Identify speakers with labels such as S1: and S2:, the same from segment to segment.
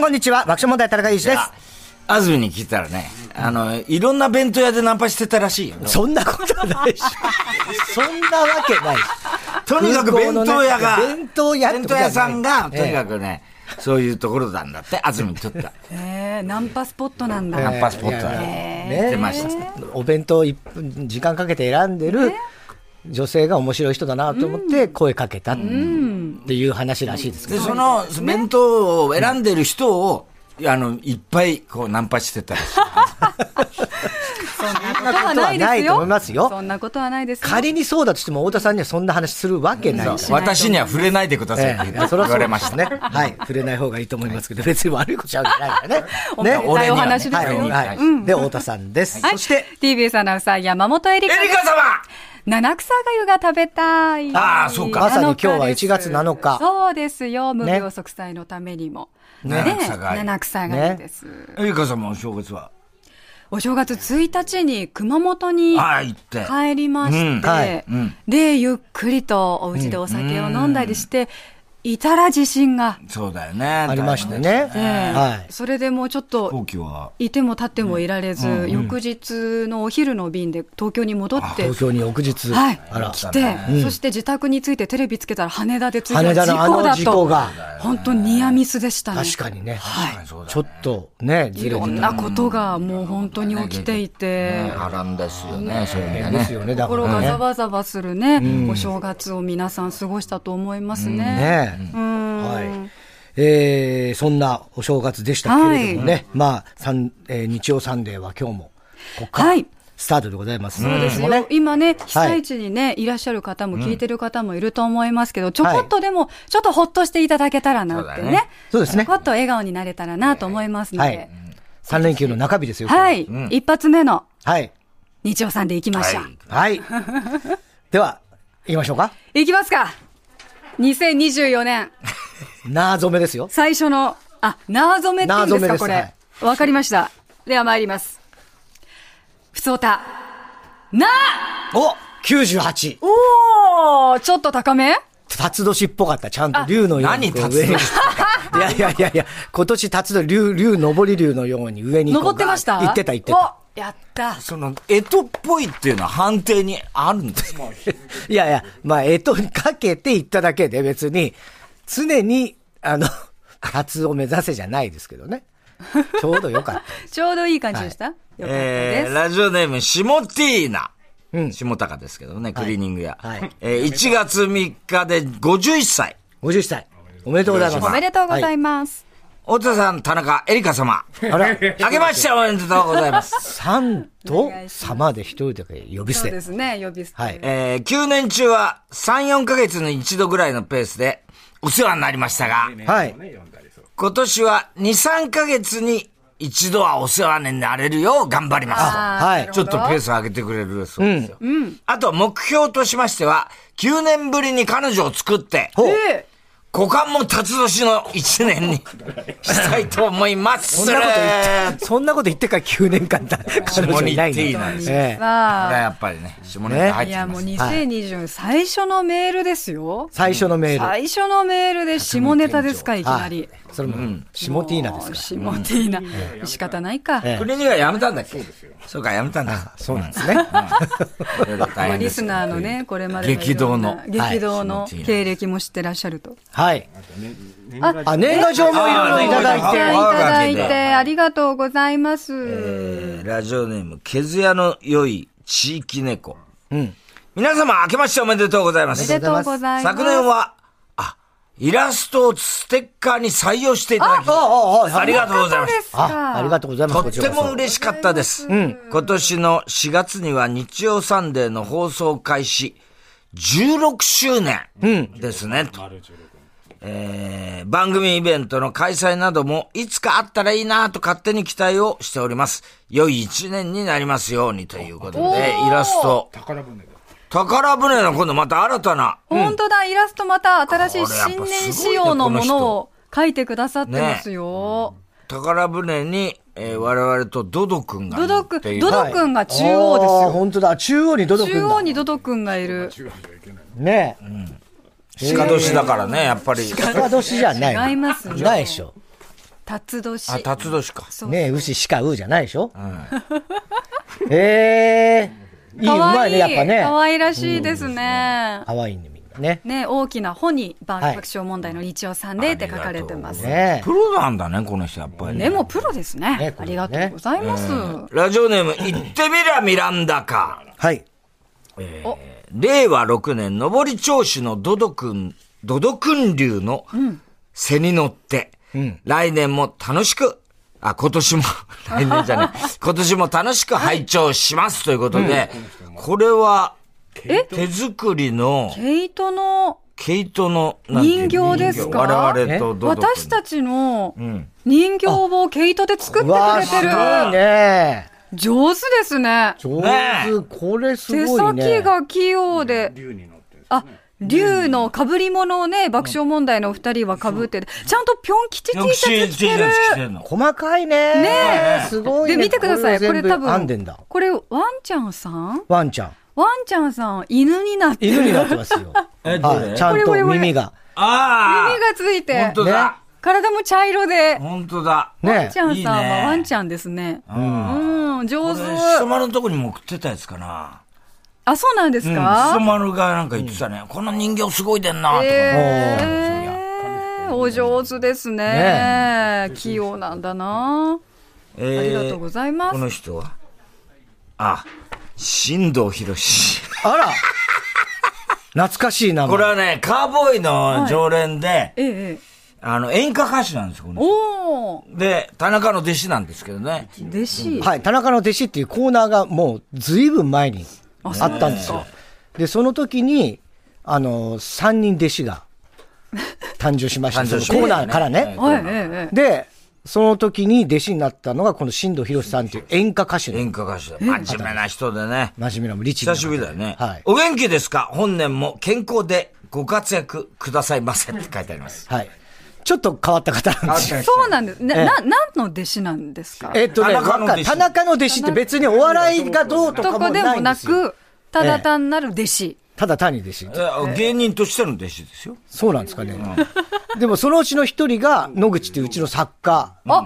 S1: こんにちは。爆笑問題田中裕二です。
S2: 安住に聞いたらね、あの、いろんな弁当屋でナンパしてたらしいよ。
S1: そんなことはないし。そんなわけないし。
S2: とにかく弁当
S1: 空
S2: 屋が、
S1: 港のね弁当屋って
S2: 弁
S1: こと
S2: 当
S1: はない
S2: 屋さんが、
S1: ええ
S2: とにかくね、そういうところなんだって、安住にとっては。
S3: えー、ナンパスポットなんだ。
S2: ナンパスポットだよ。
S1: ね
S2: 出ました
S1: お弁当一分、時間かけて選んでる女性が面白い人だなと思って声かけたっていう話らしいですけ
S2: で、
S1: ど。
S2: その、弁当を選んでる人を、あの、いっぱい、こう、ナンパしてたらしい。
S3: そんなことはないで
S1: そ
S3: す
S1: んなこ
S3: よ。
S1: とはないと思いますよ
S3: そんなことはないですよ。
S1: 仮にそうだとしても、太田さんにはそんな話するわけないし。
S2: 私には触れないでくださいって言われました
S1: ね。
S2: ね。
S1: はい。触れない方がいいと思いますけど、別に悪いことしちゃうじゃないからね。
S3: おめ
S1: ね
S3: でたいお話です
S1: はい、
S3: よ。
S1: はい。で、太田さんです。
S3: はい
S1: そして、
S3: TBS アナウンサー山本エリ
S2: エ
S3: カで
S2: リ
S3: す
S2: カ様
S3: 七草粥が食べたい。
S2: あーそうか
S1: まさに今日は
S3: です
S1: 1月7日
S3: そうですよ。無病息災のためにも。
S2: ね
S3: ね
S2: 七草粥
S3: 七草粥です。
S2: エリカ様お正月は。
S3: お正月1日に熊本に
S2: あー行って
S3: 帰りまして、
S2: うん
S1: はい
S2: うん
S3: で、ゆっくりとお家でお酒を飲んだりして、いたら地震が。
S2: そうだよね。
S1: あ
S2: あ
S1: りました。ね。
S3: で
S1: はい。
S3: それでもうちょっ
S2: 飛
S3: と
S2: 行機は。
S3: いても立ってもいられず、翌日のお昼の便で東京に戻って
S1: 東、京に翌日、
S3: はい
S1: あら、、
S3: 来て、そして自宅に着いてテレビつけたら羽田で着いた
S1: 羽田のあの
S3: だ
S1: 事故
S3: と
S1: が、
S3: 本当にニアミスでしたね。
S1: 確かにね、
S3: はい。
S2: そうだ
S1: ちょっとね、ず
S3: い
S1: れて
S3: ろん
S1: た
S3: なことがもう本当に起きていて
S2: ね、波乱ですよね、そういう意味では
S1: です
S2: ね。
S1: よね、だか
S3: 心がざ
S1: らね。
S3: わざわするね、お正月を皆さん過ごしたと思いますね。
S1: ねはい。えー、そんなお正月でしたけれどもね、まあ、さんえー日曜サンデーは今日も、ここから
S3: はい
S1: スタートでございます。
S3: そうですよ
S1: ね
S3: 今ね、被災地にね、いらっしゃる方も聞いてる方もいると思いますけど、ちょこっとでも、ちょっとほっとしていただけたらなって
S2: そうだ
S3: ね
S2: ね。
S1: そうですね
S3: ちょこっと笑顔になれたらなと思いますの
S1: は
S3: で
S1: い。。3連休の中日ですよ。今日
S3: はい。一発目の
S1: はい。
S3: 日曜さんでいきましょう。
S1: はい。では、行きましょうか。
S3: いきますか。2024年、
S1: な染めですよ。
S3: 最初の、あ、縄染めって言うんで
S1: 縄
S3: すか、こ
S1: 染めで
S3: れ。わかりました。では参ります。ふつおた。な
S1: お !98!
S3: おーちょっと高め
S1: 辰年っぽかった。ちゃんと竜のように。
S2: 何
S1: こう上に
S2: 辰
S1: いやいやいやいや、今年辰年、竜、竜、上り竜のように上にこう。
S3: 登ってました
S1: ガー行ってた行ってた。
S3: おやった。
S2: その、えとっぽいっていうのは判定にあるんですか
S1: いやいや、まあ、えとにかけて行っただけで別に、常に、あの、辰を目指せじゃないですけどね。ちょうどよかった。
S3: ちょうどいい感じでした、よかったで
S2: え
S3: す。
S2: ー、ラジオネーム、シモティーナ。うん。下高ですけどね、クリーニング屋。
S1: はい
S2: えー、1月3日で51歳。
S1: 50歳。おめでとうございます。
S3: おめでとうござい
S1: ま
S3: ます。
S2: 太田さん、田中、エリカ様。
S1: す。あら、
S2: あけましておめでとうございます。
S1: 三と様で一人だけ呼び捨
S3: そうで
S1: て。
S3: すね、呼び捨て。
S1: はい。
S2: えー、9年中は3、4ヶ月に一度ぐらいのペースでお世話になりましたが、
S1: はい。
S2: 今年は2、3ヶ月に一度はお世話になれるよう頑張ります。
S3: あー
S1: はい
S3: なる
S2: ちょ
S3: ほ
S2: っ
S3: ど
S2: とペースを上げてくれるそうですよ。あと、目標としましては、9年ぶりに彼女を作って、
S1: ほう。
S3: え
S2: 股間も辰年の1年に したいと思います。
S1: そんなこと言って、そんなこと言ってから9年間だ。彼女いないんだ
S2: 下に行っていいの
S1: ええ
S2: これは
S3: わ
S2: やっぱりね、下ネタ入
S3: あ。
S2: って
S3: い
S2: き
S3: や、
S2: ま
S3: もう
S2: す。
S3: 2020、最初のメールですよ。
S1: 最初のメール。
S3: 最初のメールで下ネタですか、いきな
S1: はい
S3: り。。
S1: それも、シモティーナですから。
S3: シモティーナ。仕方ないか。
S1: ええ
S2: クリーニングはやめたんだっけそうか、やめたんだ。
S1: そうなんです ね。
S2: いろいろ大
S3: まあ
S2: 変で
S3: リ
S2: す
S3: ス
S2: よ
S3: ナーのね、これまで
S2: 激動の。
S3: いろんな激動の
S2: はい
S3: 経歴も知ってらっしゃると。
S1: はい。あ、年賀状もいろいろいただい
S3: じ
S1: て。
S3: ゃあ、
S2: あ
S3: い
S2: わ
S3: た
S2: か
S3: だ
S2: る
S3: い
S2: けど
S3: て、ありがとうございます。
S2: えーラジオネーム、毛づやの良い地域猫。うん。皆様、明けましておめでとうございま
S3: おめ
S2: す。
S3: でとうございます。
S2: 昨年は、あ、イラストをステッカーに採用していただき、
S1: ああああ
S2: ありがとうござい
S3: そう
S2: ま。
S3: ですす
S1: あ、
S3: か。
S1: ありがとうございます。
S2: とっ
S1: こち
S2: て
S1: らこそ
S2: も嬉しかったです。今年の4月には日曜サンデーの放送開始16周年ですね。とえー番組イベントの開催などもいつかあったらいいなと勝手に期待をしております。良い一年になりますようにということで、イラスト。宝船宝船の今度また新たな。
S3: 本当だ、イラストまた新しい新年仕様のものを書いてくださってますよ。
S2: 宝船に、えー我々とドド君が
S3: ド
S2: 乗
S3: ド
S2: っ
S3: く
S2: てい
S3: ん、
S2: る。
S3: ドドくんが中央です
S1: あー本当だ。中央にドド
S3: よ。
S1: 君
S3: 中央
S1: だ。
S3: にドドくんがいる。
S1: ねえ。
S2: 鹿年だからね、やっぱり。
S1: 鹿年じゃない。
S3: 違いますよ
S1: ないでしょ。
S3: 辰年。
S2: あ、辰年か。
S3: そう
S1: ねえ、牛しかうじゃないでしょ
S2: うん。
S1: ええー。いい、う
S3: 可
S1: まい
S3: 愛
S1: ね、やっぱね。
S3: 可愛らしいですね。
S1: 可愛いね、みんなね。
S3: ね、大きな穂に万博賞問題の日曜さんでって書かれてます。
S1: ね
S2: プロなんだね、この人、やっぱり。
S3: でもプロですね。
S1: ねこ
S3: あ
S1: れ
S3: り
S1: ね
S3: がとうございます。
S2: ラジオネーム、行ってみりゃミランダか。
S1: え。はい。
S2: えー令和6年、上り調子のドドくん、ドドくん流の背に乗って、来年も楽しく、あ、今年 も、来年じゃない、今年も楽しく拝聴しますということで、これは、手作りの
S3: 毛糸の
S2: 毛糸のなんていう
S3: 人形ですか
S2: 我々とドドくん
S3: 私たちの人形を毛糸で作って
S1: わ
S3: く
S1: あ、
S3: れ
S1: すご
S3: て
S1: い
S3: る。
S1: ね。
S3: 上手ですね。
S1: 上手、これす
S3: 手
S1: ごいね
S3: 先。が器用で。あ、竜の被り物をね、爆笑問題のお二人は被ってて、ちゃんとぴょん吉 T シャツ着てる。
S2: てるの。
S1: 細かいね。ねえ。すごいね。
S3: で、見てください。これ多
S1: 編んでん
S3: 分
S1: だ。、
S3: これワンちゃんさん
S1: ワンちゃん。
S3: ワンちゃんさん、犬になってる。
S1: 犬になっ
S3: 耳
S1: て
S3: が
S1: ますよ。
S2: えどれ
S1: はい。ちゃんと耳が。
S2: ああ
S3: ついて
S2: 本、当だ。
S3: 体も茶色で、
S2: 本当だ。
S3: ワン
S1: ね
S3: ちゃんさん
S2: いいね
S3: はワンちゃんですね。うん、上手
S2: こ。れしそ丸のとこにも送ってたやつかな。
S3: あ、そうなんです
S2: しそ
S3: か
S2: 丸がなんか言ってたね。この人形すごいでんな、とか。
S3: えー、お上手ですね。器用なんだな。
S2: えー
S3: ありがとうございます
S2: この人はあ、新藤博士。
S1: あら。懐かしい名前。
S2: これはね、カーボーイの常連で、
S3: ええええ、
S2: あの、演歌歌手なんですよ、この人
S3: おー、
S2: で、田中の弟子なんですけどね。
S3: 弟子。
S1: はい、田中の弟子っていうコーナーがもうずいぶん前にあったんですよ。で、その時に、あの、3人弟子 が誕生しました。
S2: 誕
S1: そ
S2: 生
S1: の
S2: しました
S1: コーナーからね。
S3: はい、ええええ。
S1: で、その時に弟子になったのがこの新藤博さんっていう演歌歌手の
S2: 演歌歌手で。真面目な人でね。
S1: 真面目なリチな
S2: 久しぶりだよね。
S1: はい。
S2: お元気ですか本年も健康でご活躍くださいませって書いてあります。
S1: はい。ちょっと変わった方なんですよ。
S3: そうなんです。な、な、何の弟子なんですか
S1: えっとね、
S2: 田中の弟
S1: わかん
S2: 子
S1: 田中の弟子って別にお笑いがどうとか
S3: と
S1: もな
S3: か
S1: いん
S3: で
S1: ですよ。
S3: もなく、ただ単なる弟子。
S1: ただ単に弟子。
S2: え芸人としての弟子ですよ。
S1: そうなんですかね。でもそのうちの一人が野口っていううちの作家。
S3: あ、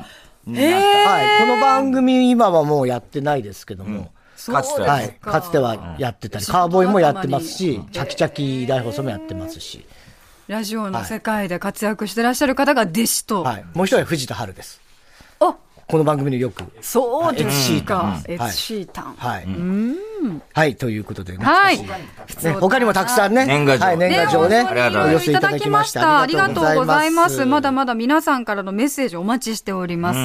S3: へえ。
S1: はい、この番組今はもうやってないですけども、
S3: そうで
S2: かつ
S3: す
S2: て
S1: はい、かつてはやってたり、カーボーイもやってますし、チャキチャキ大放送もやってますし、
S3: ラジオの世界で活躍してらっしゃる方が弟子と。
S1: はい、もう一人は藤田春です。
S3: あ、
S1: この番組によく。
S3: そうです
S1: は
S3: か。
S1: い
S3: エツシータン。
S1: はい。はい、ということでね。
S3: はい。
S1: ね、他にもたくさんね。
S2: 年賀状
S1: はい、年賀
S3: ね、
S1: 状
S3: 本
S1: ね。
S2: あ
S3: 当
S2: りがとうござい
S1: お寄
S2: ます
S3: にお寄
S1: せ
S3: せ
S1: い
S3: い
S1: た
S3: た
S1: だ
S3: だ
S1: き
S3: き
S1: ま
S3: ま
S1: し。
S3: したた。
S1: あ
S3: あ
S1: り
S3: り
S1: が
S3: が
S1: と
S3: と
S1: う
S3: う
S1: ご
S3: ご
S1: ざ
S3: ざ
S1: い
S3: い
S1: ま。
S3: ますす。まだまだ皆さんからのメッセージお待ちしております。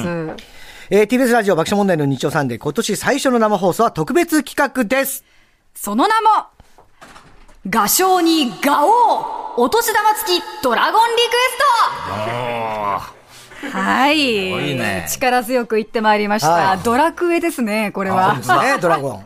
S1: えー TBS ラジオ爆笑問題の日曜サンデー、今年最初の生放送は特別企画です。
S3: その名も、画商に画王お年玉付きドラゴンリクエストはい。
S2: いね
S3: 力強く言ってまいりました。
S1: はい
S3: ドラクエですね、これは。
S1: ね、ドラゴン。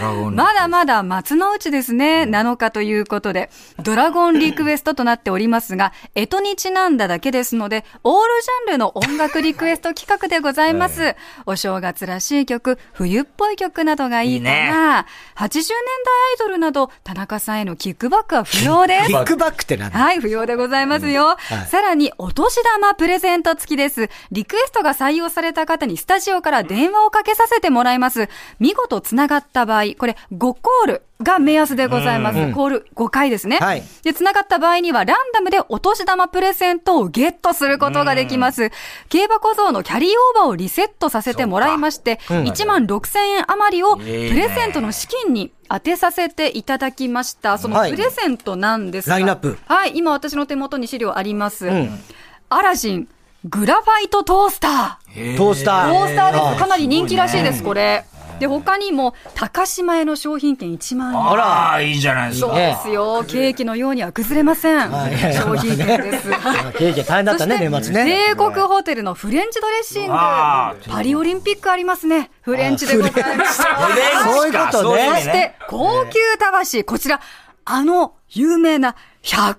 S2: ドラゴン
S3: まだまだ松の内ですね、7日ということで、ドラゴンリクエストとなっておりますが、えとにちなんだだけですので、オールジャンルの音楽リクエスト企画でございます。お正月らしい曲、冬っぽい曲などがいいかな。
S2: いいね
S3: 80年代アイドルなど、田中さんへのキックバックは不要で
S1: キ
S3: す。
S1: ックバックってなんだ
S3: はい、不要でございますよ。さらに、お年玉プレゼント付きです。リクエストが採用された方にスタジオから電話をかけさせてもらいます。見事つながった場合、これ5コールが目安でございます。コール5回ですね。
S1: はい
S3: で、つながった場合には、ランダムでお年玉プレゼントをゲットすることができます。競馬小僧のキャリーオーバーをリセットさせてもらいまして、1万6000円余りをプ
S2: いいね
S3: レゼントの資金に当てさせていただきました。その
S1: はい
S3: プレゼントなんですが、
S1: ラインナップ
S3: はい、今私の手元に資料あります。アラジン、グラファイトトースター。
S1: トースタ
S3: ト
S1: ー。
S3: ースターです。
S1: は
S3: か
S1: い
S3: なり人気らしいです、これ。で、他にも、高島屋の商品券1万円。
S2: あら、いいじゃないです
S3: そう
S2: か。
S3: ですよ。ケーキのようには崩れません。商品券です。
S1: 経験大変だったね、年末ね。
S3: 帝国ホテルのフレンチドレッシング。
S2: あー
S3: パリオリンピックありますね。フレンチでございます。
S2: フレンチか
S1: そういうことね
S2: そ
S3: そ
S2: 意味
S3: して、高級たわし、こちら、あの有名な100円ショッ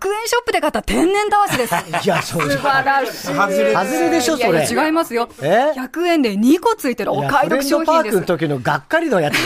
S3: プで買った天然たわし です。
S1: いや、そうじ
S3: 素
S1: ゃ
S3: 晴らしい。
S2: 外れ
S1: 外れでしょそれ
S3: いや違いますよ。
S1: え
S3: 100円で2個ついてるお
S1: いや
S3: 買い得商品で
S1: フレン
S3: す
S1: ド。パークの時のがっかりのやつだ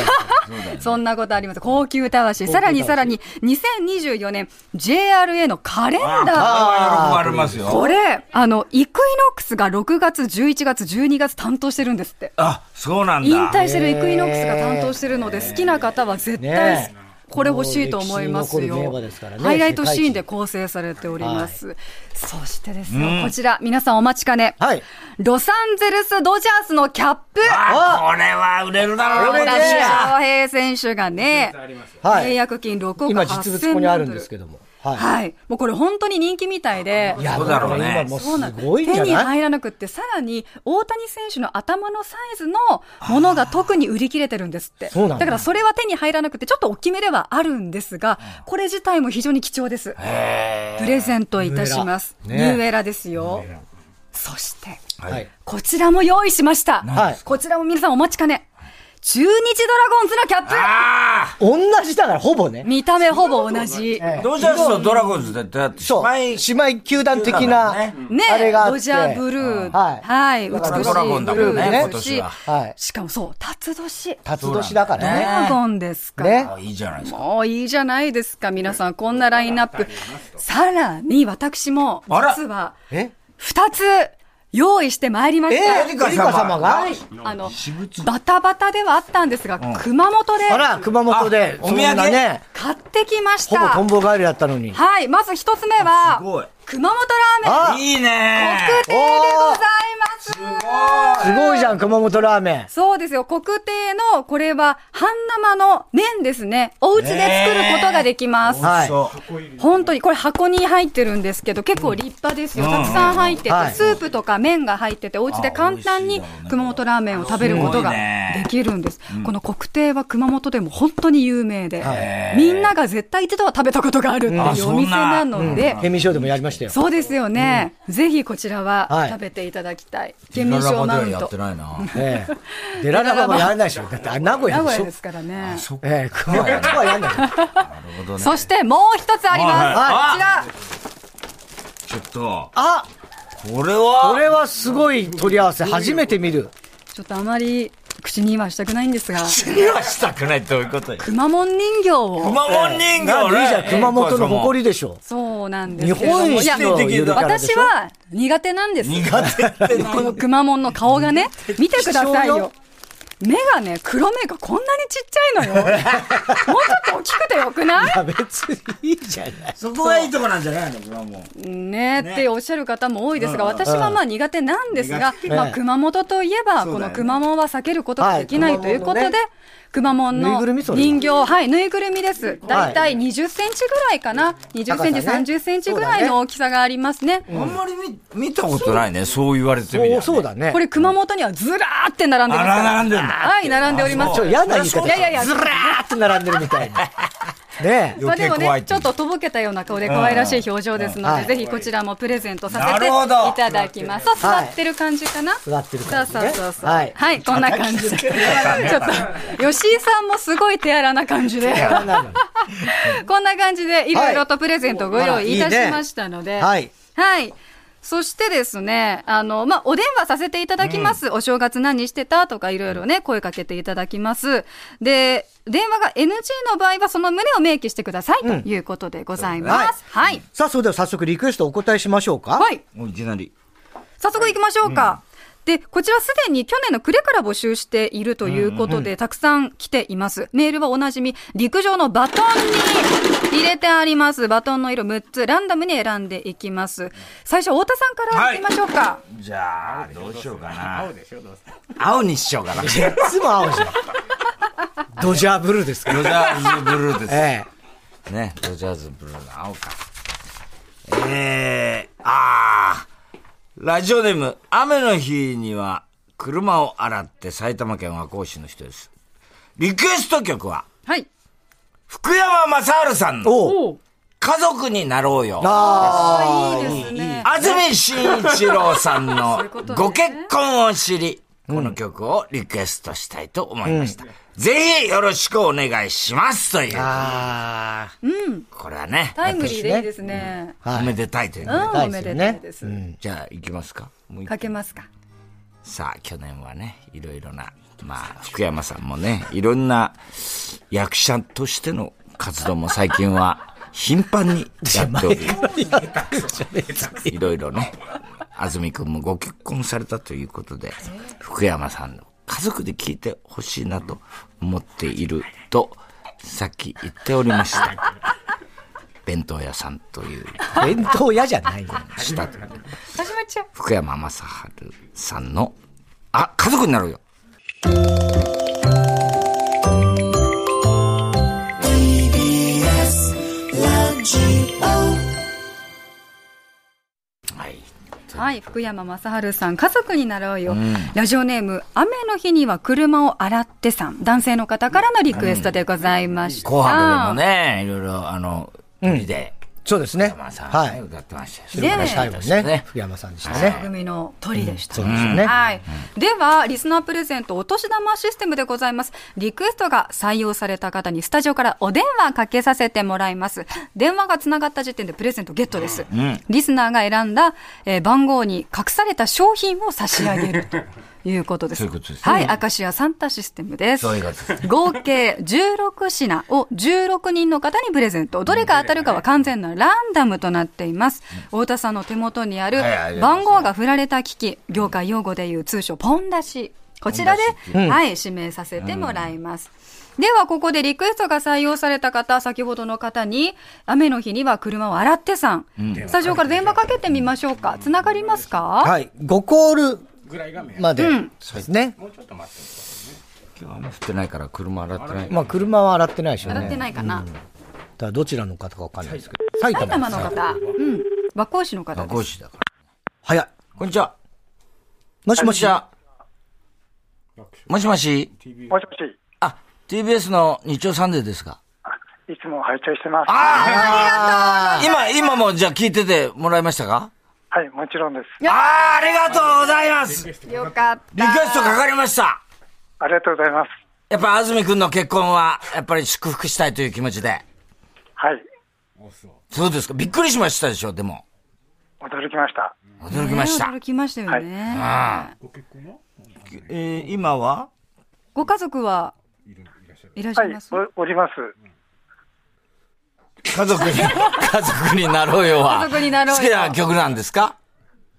S3: そんなことあります。高級たわし。
S1: 級
S3: さ
S1: たわ
S3: ら
S1: し
S3: にさらに、2024年 JRA のカレンダー。
S2: ああ、喜ばれますよ。
S3: これ、あの、イクイノックスが6月、11月、12月担当してるんですって。
S2: あ、そうなんだ。
S3: 引退してるイクイノックスが担当してるので、好きな方は絶対
S1: ねえ、
S3: これ欲しいと思います
S1: もう歴史に残る名
S3: よ
S1: 馬ですから。ね
S3: ハイライトシーンで構成されております。そしてですよ、こちら、皆さんお待ちかね。
S1: はい
S3: ロサンゼルス・ドジャースのキャップ。
S2: あこれは売れるだろう
S1: これね
S2: 私は
S3: 翔平選手がね、
S1: た。は
S3: 契
S1: い。
S3: 約金6億8000
S1: 今実物ここにあるんですけ
S3: ど。
S1: ども。は
S3: はい。もうこれ本当に人気みたいで。
S1: い。いや、
S2: そうだろうね
S1: 今もう
S3: そうな
S1: す
S3: んです
S1: ごいんじ
S3: 手
S1: ゃ
S3: に
S1: ない
S3: 入らなくって、さらに大谷選手の頭のサイズのものが特に売り切れてるんですって。
S1: そうなんだ
S3: からそれは手に入らなくて、ちょっと大きめではあるんですが、これ自体も非常に貴重です。プレゼントいたします。
S1: ニ
S3: ニ
S1: ューエラね
S3: ューエラですよ。そして、
S1: は
S2: はいい。
S3: こちらも用意しました。
S1: はい
S3: こちらも皆さんお待ちかね。中日ドラゴンズのキャップ
S2: あ
S1: 同じだから、ほぼね。
S3: 見た目ほぼ同じ。
S2: あドジャースとドラゴンズってだって、
S1: そう。姉
S2: 前、
S1: 妹球団的な、
S2: ねうん
S3: ね
S1: あれがあって。
S3: ドジャーブルー。
S1: はい
S3: はい。美
S1: だから
S3: し
S1: ドラ
S2: ゴ
S3: い
S2: ン
S3: ブ
S2: だも
S3: ル
S2: ん
S1: ね
S3: ー
S1: 今
S3: です
S2: 年
S3: し
S2: は。
S1: はい。
S3: しかもそう、辰年。
S1: 辰年だか
S3: ド
S1: らね。
S3: ラゴンですから。
S1: ね
S2: あいいじゃないですか。
S3: もういいじゃないですか、皆さん。こんなラインナップ。さらに、私も、
S2: あら
S3: 実は、
S1: え
S3: 二つ、用意してまいりま
S1: え
S3: した。
S1: エリカ様が
S3: はい。あの、バタバタではあったんですが、熊本で
S1: あら、熊本で
S2: あ、
S1: そんな
S2: お土産
S1: ね、
S3: 買ってきまし
S1: ほぼトン
S3: た。
S1: ボ帰りだったのに。
S3: はい。まず一つ目
S2: あすごい
S3: は、熊本ラ
S1: あ
S2: いい
S3: ーメン、
S2: ね
S3: 特定でございます。
S1: すごいじゃん、熊本ラーメン。
S3: そうですよ。国定の、これは、半生の麺ですね。お家で作ることができます。
S1: ねはい
S2: そ
S3: 本当に、これ箱に入ってるんですけど、結構立派ですよ。
S2: うん
S3: たくさん入ってて、
S1: はい
S3: スープとか麺が入ってて、お家で簡単
S2: あ
S3: に
S2: 美味しいだろうね
S3: 熊本ラーメンを食べることが
S2: すごいね
S3: できるんです。この国定は熊本でも本当に有名で、みんなが絶対一度は食べたことがあるって
S2: あ
S3: いう
S2: そ
S3: お
S2: んな
S3: 店なので、
S1: 県民賞でもやりましたよ。
S3: そうですよね。ぜひこちら
S1: は
S3: はい食べていただきたい。
S2: う。
S3: 県民賞マ
S2: ま
S3: ウ
S2: で
S3: ン
S2: やっ
S3: ト
S2: て。ないな。
S1: ええ。デララバもやらないでしょ。だって、あ名古
S3: 名
S1: 屋
S3: 古
S1: でし
S3: 屋
S1: ょ
S3: です。からね。
S2: そっか。
S1: ええ、熊本はやんない。
S3: そしてもう一つあります。
S2: はい
S3: こちら。
S2: ちょっと、
S1: あ
S2: これ
S1: こ
S2: は、
S1: れはすごい取り合わせ、初めて見る。
S3: ちょっとあまり口にはしたくないんですが、
S2: 死にはしたくないってどういうことよ。
S3: くまモン人形を。
S2: 熊本人
S1: なん
S2: 形
S1: でいい
S2: ね。
S1: じゃん、熊本の誇りでしょ。
S3: そうなんで
S1: 日
S3: すけれども。
S1: 本
S3: いや
S1: 一、のゆるキャラでし
S3: 私
S1: ょ。
S3: は苦手なんです。
S2: 苦手って
S3: このくまモンの顔がね、見てくださいよ。目がね、黒目がこんなにちっちゃいのよ。もうちょっと大きくてよくない
S1: いや、別にいいじゃない。
S2: そこがいいとこなんじゃないの熊本。ね
S3: ねっておっしゃる方も多いですが、私はまあ苦手なんですが、
S1: 手
S3: ま
S1: ええ
S3: あ熊本といえば、
S2: そうだよ
S3: この
S2: ね
S3: 熊門は避けることができな
S1: はい
S3: いということで
S1: 熊門ね、
S3: 熊門
S1: ぬい
S3: の
S1: ぐるみそれ
S3: 人形、はい、ぬいぐるみです。だいたい20センチぐらいかな。20センチ、
S1: 高さね
S3: 30センチぐらいの大きさがありますね。
S2: あんまり見見たことないね、そう言われてみりゃ
S1: お
S2: ね。
S1: そうだね。
S3: これ熊本にはずらーって並んで
S2: あ
S3: ます
S2: ら、
S3: から。
S2: 並んでるんだ。
S3: はい、並んでおりま
S1: ち
S3: す
S1: ょ、。嫌な言い方。
S3: いやいやいや
S1: ずらーって並んでるみたいな。ねえ。
S3: まあでも
S2: 余計怖いっ
S3: ね、
S2: て
S3: ちょっととぼけたような顔で可愛らしい表情です
S1: うん
S3: の
S1: はい
S3: で、ぜひこちらもプレゼントさせ
S2: な
S3: て
S2: るほど
S3: いただきます。そう座
S1: はい
S3: ってる感じかな
S1: 座ってる感じね
S3: そうそうそうそう。
S1: はい
S3: はい、こんな感じで。ちょっと、吉井さんもすごい手荒な感じで、 こんな感じでいろいろとプレゼントをご用意いたしましたので、
S1: はい。
S3: はい。そしてですね、あの、まあ、お電話させていただきます。お正月何してたとかいろいろね、声かけていただきます。で、電話が NG の場合はその旨を明記してくださいということでございます。はい。
S1: さあ、それでは早速リクエストお答えしましょうか。
S3: はい。
S2: もういきなり。
S3: 早速行きましょうか。で、こちらすでに去年の暮れから募集しているということで、たくさん来ています。メールはおなじみ、陸上のバトンに入れてあります。バトンの色6つ、ランダムに選んでいきます。最初、太田さんから行きましょうか。
S2: じゃあ、どうしようかな。青でしょ、どう青にしようかな。ロジ
S1: いつも青じゃん。 ドジャーブルーですから。
S2: ャーズブルーです。
S1: ええ。
S2: ね、ドジャーズブルーの青か。えー、あー、ラジオネーム、雨の日には車を洗って埼玉県和光市の人です。リクエスト曲は、
S3: はい。
S2: 福山雅治さんの
S1: おう。
S2: 家族になろうよ。
S1: あ
S3: あいいですね。
S2: 安住紳一郎さん の
S3: うことね
S2: ご結婚を知り、この曲をリクエストしたいと思いました。ぜひよろしくお願いしますという。
S1: ああ、
S2: これはね、
S3: タイムリーでいいですね。
S1: はい
S2: おめでたいという
S3: う
S2: ね。
S3: ん、おめでたいです。
S2: じゃあ、行きますか。もう一
S3: かけますか。
S2: さあ、去年はね、いろいろな、まあ、福山さんもね、いろんな役者としての活動も最近は頻繁にやっており、いろいろね、安住くんもご結婚されたということで、福山さんの家族で聞いてほしいなと思っていると、さっき言っておりました。弁当屋さんという、
S1: 弁当屋じゃないよ。
S2: したと
S3: 始まっちゃう。
S2: 福山雅治さんの、あ、家族になろうよ。はい。
S3: はい、福山雅治さん、家族になろうよ。ラジオネーム、雨の日には車を洗ってさん、男性の方からのリクエストでございました。
S2: 紅白でもね、いろいろ、あの、海で、
S1: そうですね。
S2: まあさ、
S1: は
S2: ね
S1: い。
S2: 歌ってました
S3: ね
S2: よ。
S3: え
S1: 最後にね、福山さんでしたね。
S3: 番組の鳥でした。
S1: そうですよね。
S3: はい。では、リスナープレゼントお年玉システムでございます。リクエストが採用された方にスタジオからお電話かけさせてもらいます。電話がつながった時点でプレゼントゲットです。リスナーが選んだ、えー番号に隠された商品を差し上げ ると。いうことです。
S2: そういうことですね
S3: はい、アカシアサンタシステムです。
S2: そういうことです
S3: 合計16品を16人の方にプレゼント。どれが当たるかは完全なランダムとなっています。太田さんの手元にある
S2: はいありがとうございます
S3: 番号が振られた機器、業界用語でいう通称ポン出し。こちらで、はい、指名させてもらいます。では、ここでリクエストが採用された方、先ほどの方に、雨の日には車を洗ってさん、スタジオから電話かけてみましょうか。つながりますか、
S1: はい。5コールまでですね。
S2: 今日雨降ってないから車洗ってない。
S1: まあ、車は洗ってないでしょうね。
S3: 洗ってないかな、
S1: だからどちらの方かわかんないですけど。埼
S3: 埼
S1: 玉
S3: 玉
S1: で
S3: の
S1: す。
S3: 方、うん、和光市の方
S2: あ、
S3: です
S2: 5。時だから。
S1: 早い。
S2: こんにちは。
S1: もしもし。
S2: は。もしもし。
S4: もしもし、
S2: あ、TBS の日曜サンデーですが。
S4: いつも拝聴してます。
S2: あありがとう今、今もじゃあ聞いててもらいましたか
S4: はい、もちろんです。
S2: ああ、ありがとうございますリク
S3: よかっ
S2: エストかかりました
S4: ありがとうございます。
S2: やっぱ安住くんの結婚は、やっぱり祝福したいという気持ちで。
S4: はい、
S2: そうですかびっくりしましたでしょでも。
S4: 驚きました。
S2: 驚きました。
S3: 驚きましたよね。
S2: えー今は
S3: ご家族はいらっしゃ
S4: はいい
S3: ます、、
S4: おおります。
S2: 家族に、 家族になろうよは。
S3: 家族になろうよ
S2: 好きな曲なんですか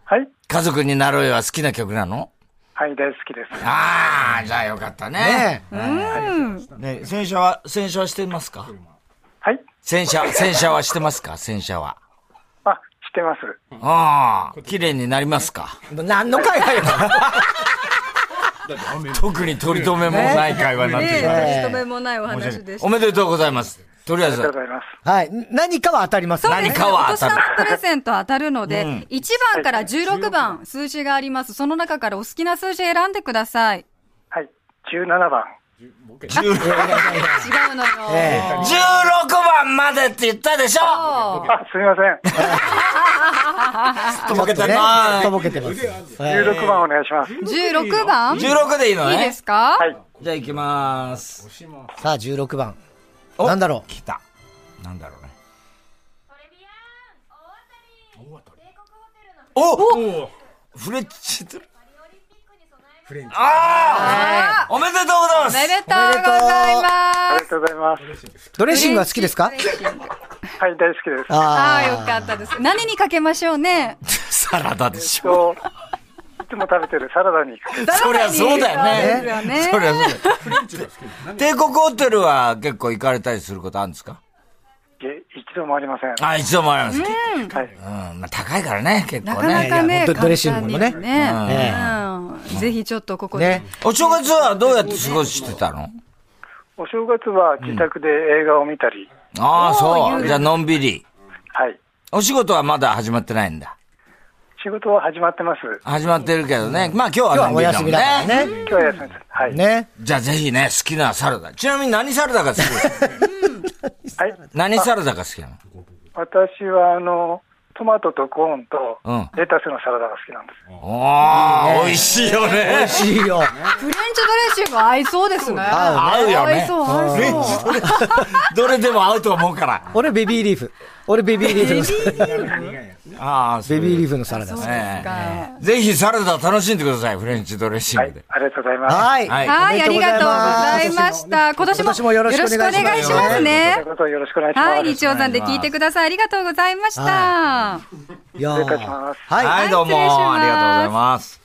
S4: はい、
S2: 家族になろうよは好きな曲なの
S4: はい、大好きです。
S2: ああ、じゃあよかったね。
S1: ね
S2: ね洗車は、洗車はしてますか
S4: はい、
S2: 洗車、洗車はしてますか洗車は。
S4: あ、知ってます。
S2: ああ、綺麗になりますか
S1: え。何の会話よ。
S2: 特に取り留めもない会話になって
S3: ね
S2: きた。
S3: え、取り留めもないお話でした。
S2: おめでとうございます。とりあえ
S4: あ
S2: ず
S4: りがとう、ございます。
S1: はい。何かは当たります。
S3: そうです
S2: 何
S3: ね。
S2: か
S3: お
S2: は
S3: 年
S2: 当たる
S3: 玉プレゼント当たるので、1番から16番数字があります。その中からお好きな数字選んでください。
S4: はい、17番。
S3: 違うのよ。
S2: 16番までって言ったでしょ
S4: あ、すみません。
S1: ち
S2: と
S1: ょ
S2: ぼ
S1: っと
S2: け
S1: ね
S2: てな
S1: と
S2: い。
S1: ぼけてます。はい
S4: 16番お願いします。
S3: 16番い
S2: 16でいいの
S3: い
S2: ね。
S3: ですか、
S4: はい、
S2: じゃあ行きまーす。
S1: さあ、16番。
S2: お
S1: なんだろう
S2: 来た。なんだろうね。おフレッチトル。ああおめでとうございま
S3: お
S2: す
S3: めでとうござい
S4: あ
S3: ま
S4: りがとうございます。
S1: ドレッシングは好きですか
S4: はい、大好きです。
S3: ああ、
S1: あ
S3: よかったです。何にかけましょうね。
S2: サラダでしょ。
S4: と、いつも食べてるサラダに。
S2: そりゃそうだよね。
S3: よね
S2: そりゃそうだよ。帝国ホテルは結構行かれたりすることあるんですか
S4: いえ一度もありません。は
S2: あ、一度もあります。
S4: い、
S2: うん、まあ高いからね、結
S3: な
S2: 構
S3: かな
S2: ね。
S3: か
S1: いや
S3: ね
S1: い、やドレッシングもね
S3: 簡単にねうんぜひちょっとここで。
S1: ね
S2: お正月はどうやって過ごしてたの
S4: お正月は自宅で映画を見たり、
S2: ああ、
S3: おー
S2: そ。
S3: いうい
S2: じゃあ、のんびり。
S4: はい。
S2: お仕事はまだ始まってないんだ。
S4: 仕事は始まってます。
S2: 始まってるけどね。まあ、今日
S1: 今日
S2: は
S1: は
S2: のん
S1: お
S2: びりだ
S1: 休
S2: もん
S1: みだから
S2: ね。
S1: ね。
S4: 今日は休みです。はい。
S1: ね。
S2: じゃあ、ぜひね、好きなサラダ。ちなみに何サラダが好き
S4: はい。
S2: 何サラダが好きなの
S4: 私はあの、トマトとコーンと
S2: うん
S4: レタスのサラダが好きなんです。
S2: ああ、美味しいよね。
S1: しいよ。
S3: フレンチドレッシング合いそうですね。
S1: 合
S2: うよね
S3: 合いそう、合いそう。
S2: どれでも合うと思うから。
S1: 俺ベビーリーフ。俺ベビーリーフのサラダ。
S2: ああ、そう
S1: ベ
S2: い
S1: ビ
S2: う
S1: ーリーフのサラダ
S3: そう
S1: で
S3: です
S1: す。
S3: か。
S2: ぜひサラダ楽しんでください、フレンチドレッシ
S4: は
S2: ン
S4: い
S2: グで。、
S4: ありがとうございます。
S1: はい。
S2: はい
S3: はい、ありがとうござい
S1: す。
S3: ました。今年も
S1: 今年もよろしくお願いします
S3: よろしくお願いします
S4: とい
S3: ね
S4: う。ことをよろしくお願いします。
S3: はい、日曜さんで聞いてください。ありがとうございました。
S1: いやー
S4: 失礼いたします
S1: はい。
S2: はい、どうも、
S3: 失礼します
S2: ありがとうございます。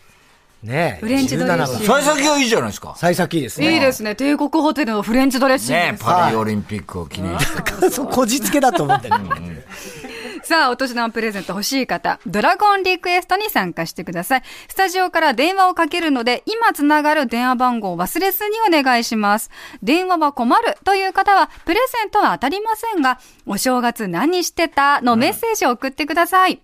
S1: ねえ。
S3: フレンチドレッシン
S1: 17
S3: グ
S1: 分
S2: 幸先がいいじゃないですか。
S1: 幸先いいです
S3: いい
S1: ね。
S3: ですね。帝国ホテルのフレンチドレッシング
S2: ね
S3: です。
S2: パリオリンピックを記念して。
S1: そう、こじつけだと思ってる。
S3: さあ、お年玉プレゼント欲しい方、ドラゴンリクエストに参加してください。スタジオから電話をかけるので、今つながる電話番号を忘れずにお願いします。電話は困るという方は、プレゼントは当たりませんが、お正月何してたのメッセージを送ってください。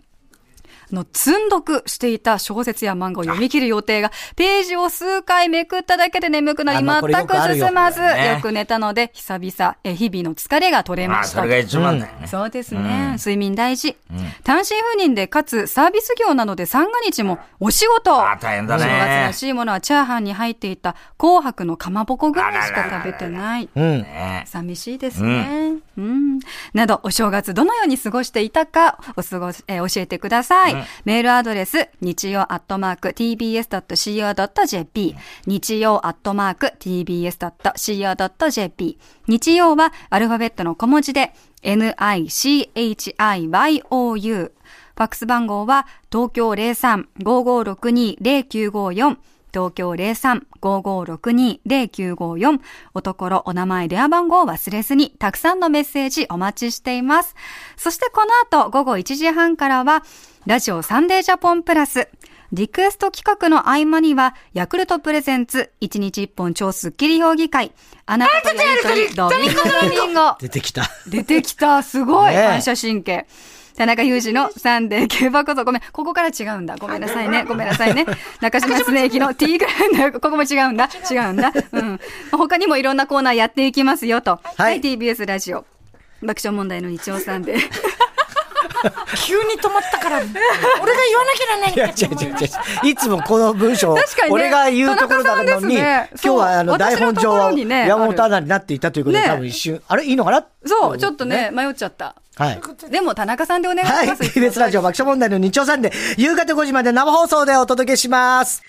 S3: あの、積んどくしていた小説や漫画を読み切る予定が、ページを数回めくっただけで眠くなり、
S1: あまあ
S3: 全
S1: これよ
S3: く
S1: くあるよ
S3: 進まず、よ
S2: ね
S3: く寝たので、久々、え日々の疲れが取れ
S2: ま
S3: ま
S2: あ、
S3: し
S2: そ
S3: た
S2: れ
S3: と。
S2: が一番だよね。
S3: そうですね。睡眠大事。単身赴任で、かつサービス業なので三が日もお仕事。
S2: あ大変だね
S3: お正月らしいものはチャーハンに入っていた紅白のかまぼこぐらいしか食べてない。
S1: うん。
S2: ね
S3: 寂しいですね。うん。など、お正月どのように過ごしていたか、お過ごし、えー教えてください。メールアドレス、日曜アットマーク tbs.co.jp、日曜アットマーク tbs.co.jp、日曜はアルファベットの小文字で、nichiyou、ファックス番号は東京03-5562-0954東京03-5562-0954おところお名前電話番号を忘れずにたくさんのメッセージお待ちしています。そしてこの後午後1時半からはラジオサンデージャポンプラスリクエスト企画の合間には、ヤクルトプレゼンツ、1日1本超スッキリ評議会、あなたとやりとり、ドミンゴドミンゴ。
S1: 出てきた。
S3: 出てきた。 すごい。
S1: ねえ
S3: 反射神経。田中裕二のサンデー競馬こそ、ごめん。ここから違うんだ。ごめんなさいね。ごめんなさいね。中島恒之の T グランド、ここも違うんだ。違うんだ。うん。他にもいろんなコーナーやっていきますよと。はいい。TBS ラジオ。爆笑問題の日曜サンデー。
S5: 急に止まったから、俺が言わなきゃならない
S1: いや、違う違う違う。いつもこの文章、
S3: 確かにね
S1: 俺が言うところだったのに、
S3: 田中さんですね
S1: 今日はあの
S3: そう
S1: 台本上
S3: 私のとこ
S1: は
S3: ろにねある
S1: 山本アナになっていたということで、
S3: ね
S1: 多分一瞬、あれいいのかな
S3: そう、ちょっとね、迷っちゃった。
S1: はい。
S3: でも田中さんでお願いし
S1: はい
S3: ま す。。
S1: TBS ラジオ爆笑問題の日曜さんで、夕方5時まで生放送でお届けします。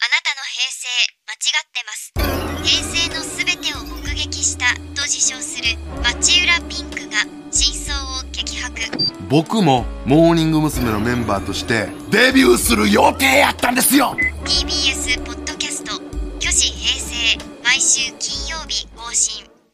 S6: あなたの平成間違ってます平成のすべてを目撃したと自称する町浦ピンクが真相を激白
S7: 僕もモーニング娘。のメンバーとしてデビューする予定やったんですよ
S6: TBS